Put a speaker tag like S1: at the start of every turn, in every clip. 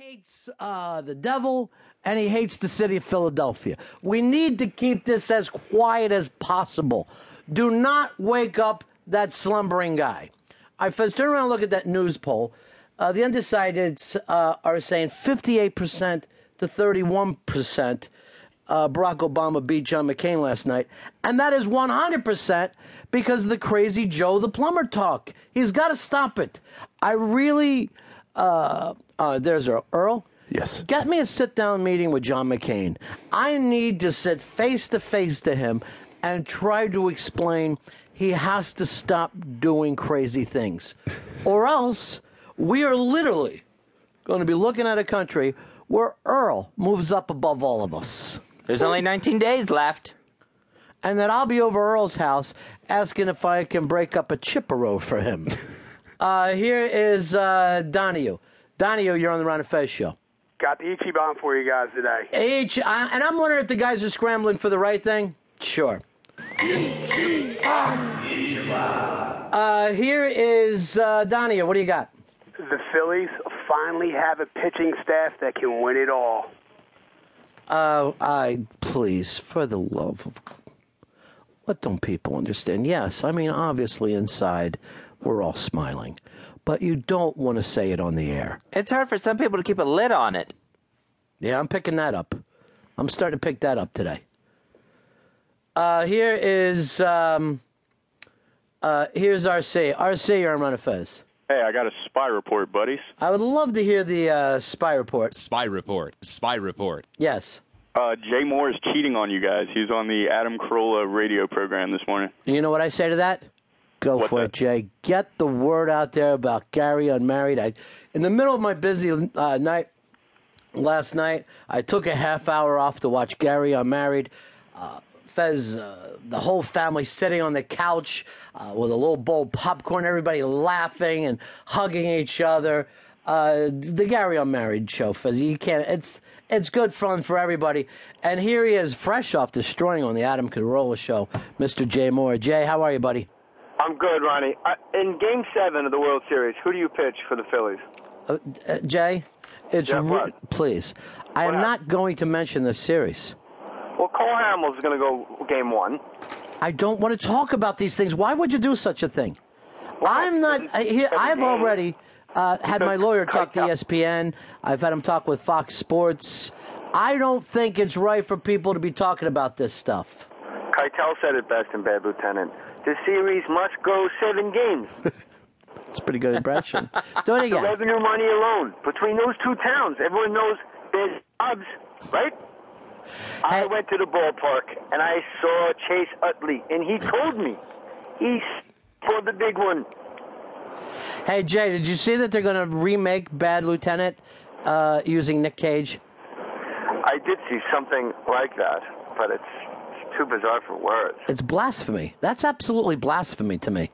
S1: hates uh, the devil and he hates the city of Philadelphia. We need to keep this as quiet as possible. Do not wake up that slumbering guy. I first turn around and look at that news poll. Uh, the undecideds uh, are saying 58% to 31% uh, Barack Obama beat John McCain last night. And that is 100% because of the crazy Joe the plumber talk. He's got to stop it. I really. Uh, uh, there's Earl. Earl?
S2: Yes.
S1: Get me a sit down meeting with John McCain. I need to sit face to face to him and try to explain he has to stop doing crazy things. Or else we are literally going to be looking at a country where Earl moves up above all of us.
S3: There's only 19 days left.
S1: And then I'll be over Earl's house asking if I can break up a chipperow for him. uh, here is uh, Donahue. Donahue, you're on the Ron and Fez show.
S4: Got the Ichiban for you guys today.
S1: H, I, and I'm wondering if the guys are scrambling for the right thing. Sure. Uh, here is uh, Donahue. What do you got?
S4: The Phillies finally have a pitching staff that can win it all.
S1: Uh, I please, for the love of, what don't people understand? Yes, I mean obviously inside we're all smiling, but you don't want to say it on the air.
S3: It's hard for some people to keep a lid on it.
S1: Yeah, I'm picking that up. I'm starting to pick that up today. Uh, here is um, uh, here's RC. RC, you're on Fez.
S5: Hey, I got a spy report, buddies.
S1: I would love to hear the uh, spy report.
S6: Spy report. Spy report.
S1: Yes.
S5: Uh, Jay Moore is cheating on you guys. He's on the Adam Carolla radio program this morning.
S1: You know what I say to that? Go
S5: What's
S1: for it,
S5: that?
S1: Jay. Get the word out there about Gary Unmarried. I, in the middle of my busy uh, night last night, I took a half hour off to watch Gary Unmarried. Uh, Fez, uh, the whole family sitting on the couch uh, with a little bowl of popcorn, everybody laughing and hugging each other. Uh, the Gary Unmarried show, Fez. You can't. It's it's good fun for everybody. And here he is, fresh off destroying on the Adam Carolla show, Mr. Jay Moore. Jay, how are you, buddy?
S7: I'm good, Ronnie. Uh, in Game Seven of the World Series, who do you pitch for the Phillies?
S1: Uh, uh, Jay, it's
S7: Yeah,
S1: re-
S7: what?
S1: please. I am not going to mention this series.
S7: Well, Cole Hamels is going to go Game One.
S1: I don't want to talk about these things. Why would you do such a thing? I'm not. I, here, I've already uh, had my lawyer talk to E ESPN. I've had him talk with Fox Sports. I don't think it's right for people to be talking about this stuff.
S7: Keitel said it best in Bad Lieutenant. The series must go seven games.
S1: It's a pretty good impression. do it
S7: The
S1: again.
S7: revenue money alone between those two towns, everyone knows there's jobs, right? I
S1: Hey.
S7: went to the ballpark and I saw Chase Utley, and he told me he's for the big one.
S1: Hey, Jay, did you see that they're going to remake Bad Lieutenant uh, using Nick Cage?
S7: I did see something like that, but it's, it's too bizarre for words.
S1: It's blasphemy. That's absolutely blasphemy to me.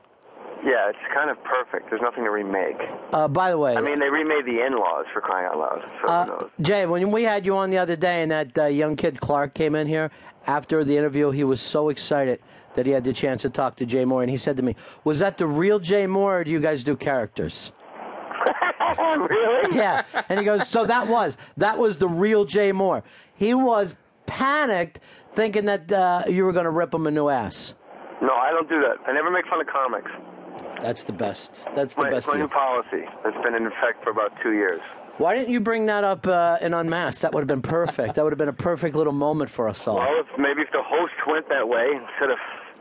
S7: Yeah, it's kind of perfect. There's nothing to remake.
S1: Uh, by the way,
S7: I mean, they remade the in-laws for crying out loud. So who
S1: uh,
S7: knows?
S1: Jay, when we had you on the other day and that uh, young kid Clark came in here, after the interview, he was so excited that he had the chance to talk to Jay Moore. And he said to me, Was that the real Jay Moore, or do you guys do characters?
S7: really?
S1: yeah. And he goes, so that was that was the real Jay Moore. He was panicked, thinking that uh, you were going to rip him a new ass.
S7: No, I don't do that. I never make fun of comics.
S1: That's the best. That's the
S7: My,
S1: best.
S7: my new
S1: you.
S7: policy that's been in effect for about two years.
S1: Why didn't you bring that up uh, in Unmasked? That would have been perfect. that would have been a perfect little moment for us all.
S7: Well, if, maybe if the host went that way instead of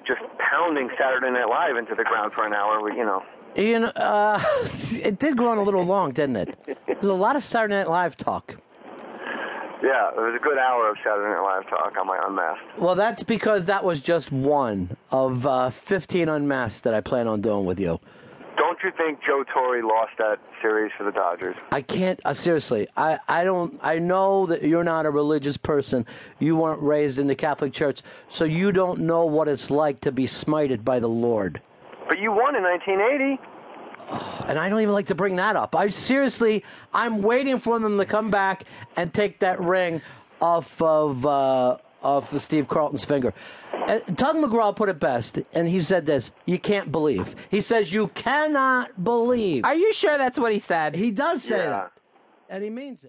S7: just pounding Saturday Night Live into the ground for an hour, we, you know.
S1: You know, uh, it did go on a little long, didn't it? There's a lot of Saturday Night Live talk.
S7: Yeah, it was a good hour of Saturday Night Live talk on my unmasked.
S1: Well, that's because that was just one of uh, 15 Unmasked that I plan on doing with you.
S7: Don't you think Joe Torre lost that series for the Dodgers?
S1: I can't. Uh, seriously, I, I don't. I know that you're not a religious person. You weren't raised in the Catholic Church, so you don't know what it's like to be smited by the Lord.
S7: But you won in 1980.
S1: And I don't even like to bring that up. I seriously, I'm waiting for them to come back and take that ring off of uh, off of Steve Carlton's finger. Uh, Doug McGraw put it best, and he said this: "You can't believe." He says, "You cannot believe."
S3: Are you sure that's what he said?
S1: he does say
S7: Yeah.
S1: that, and he means it.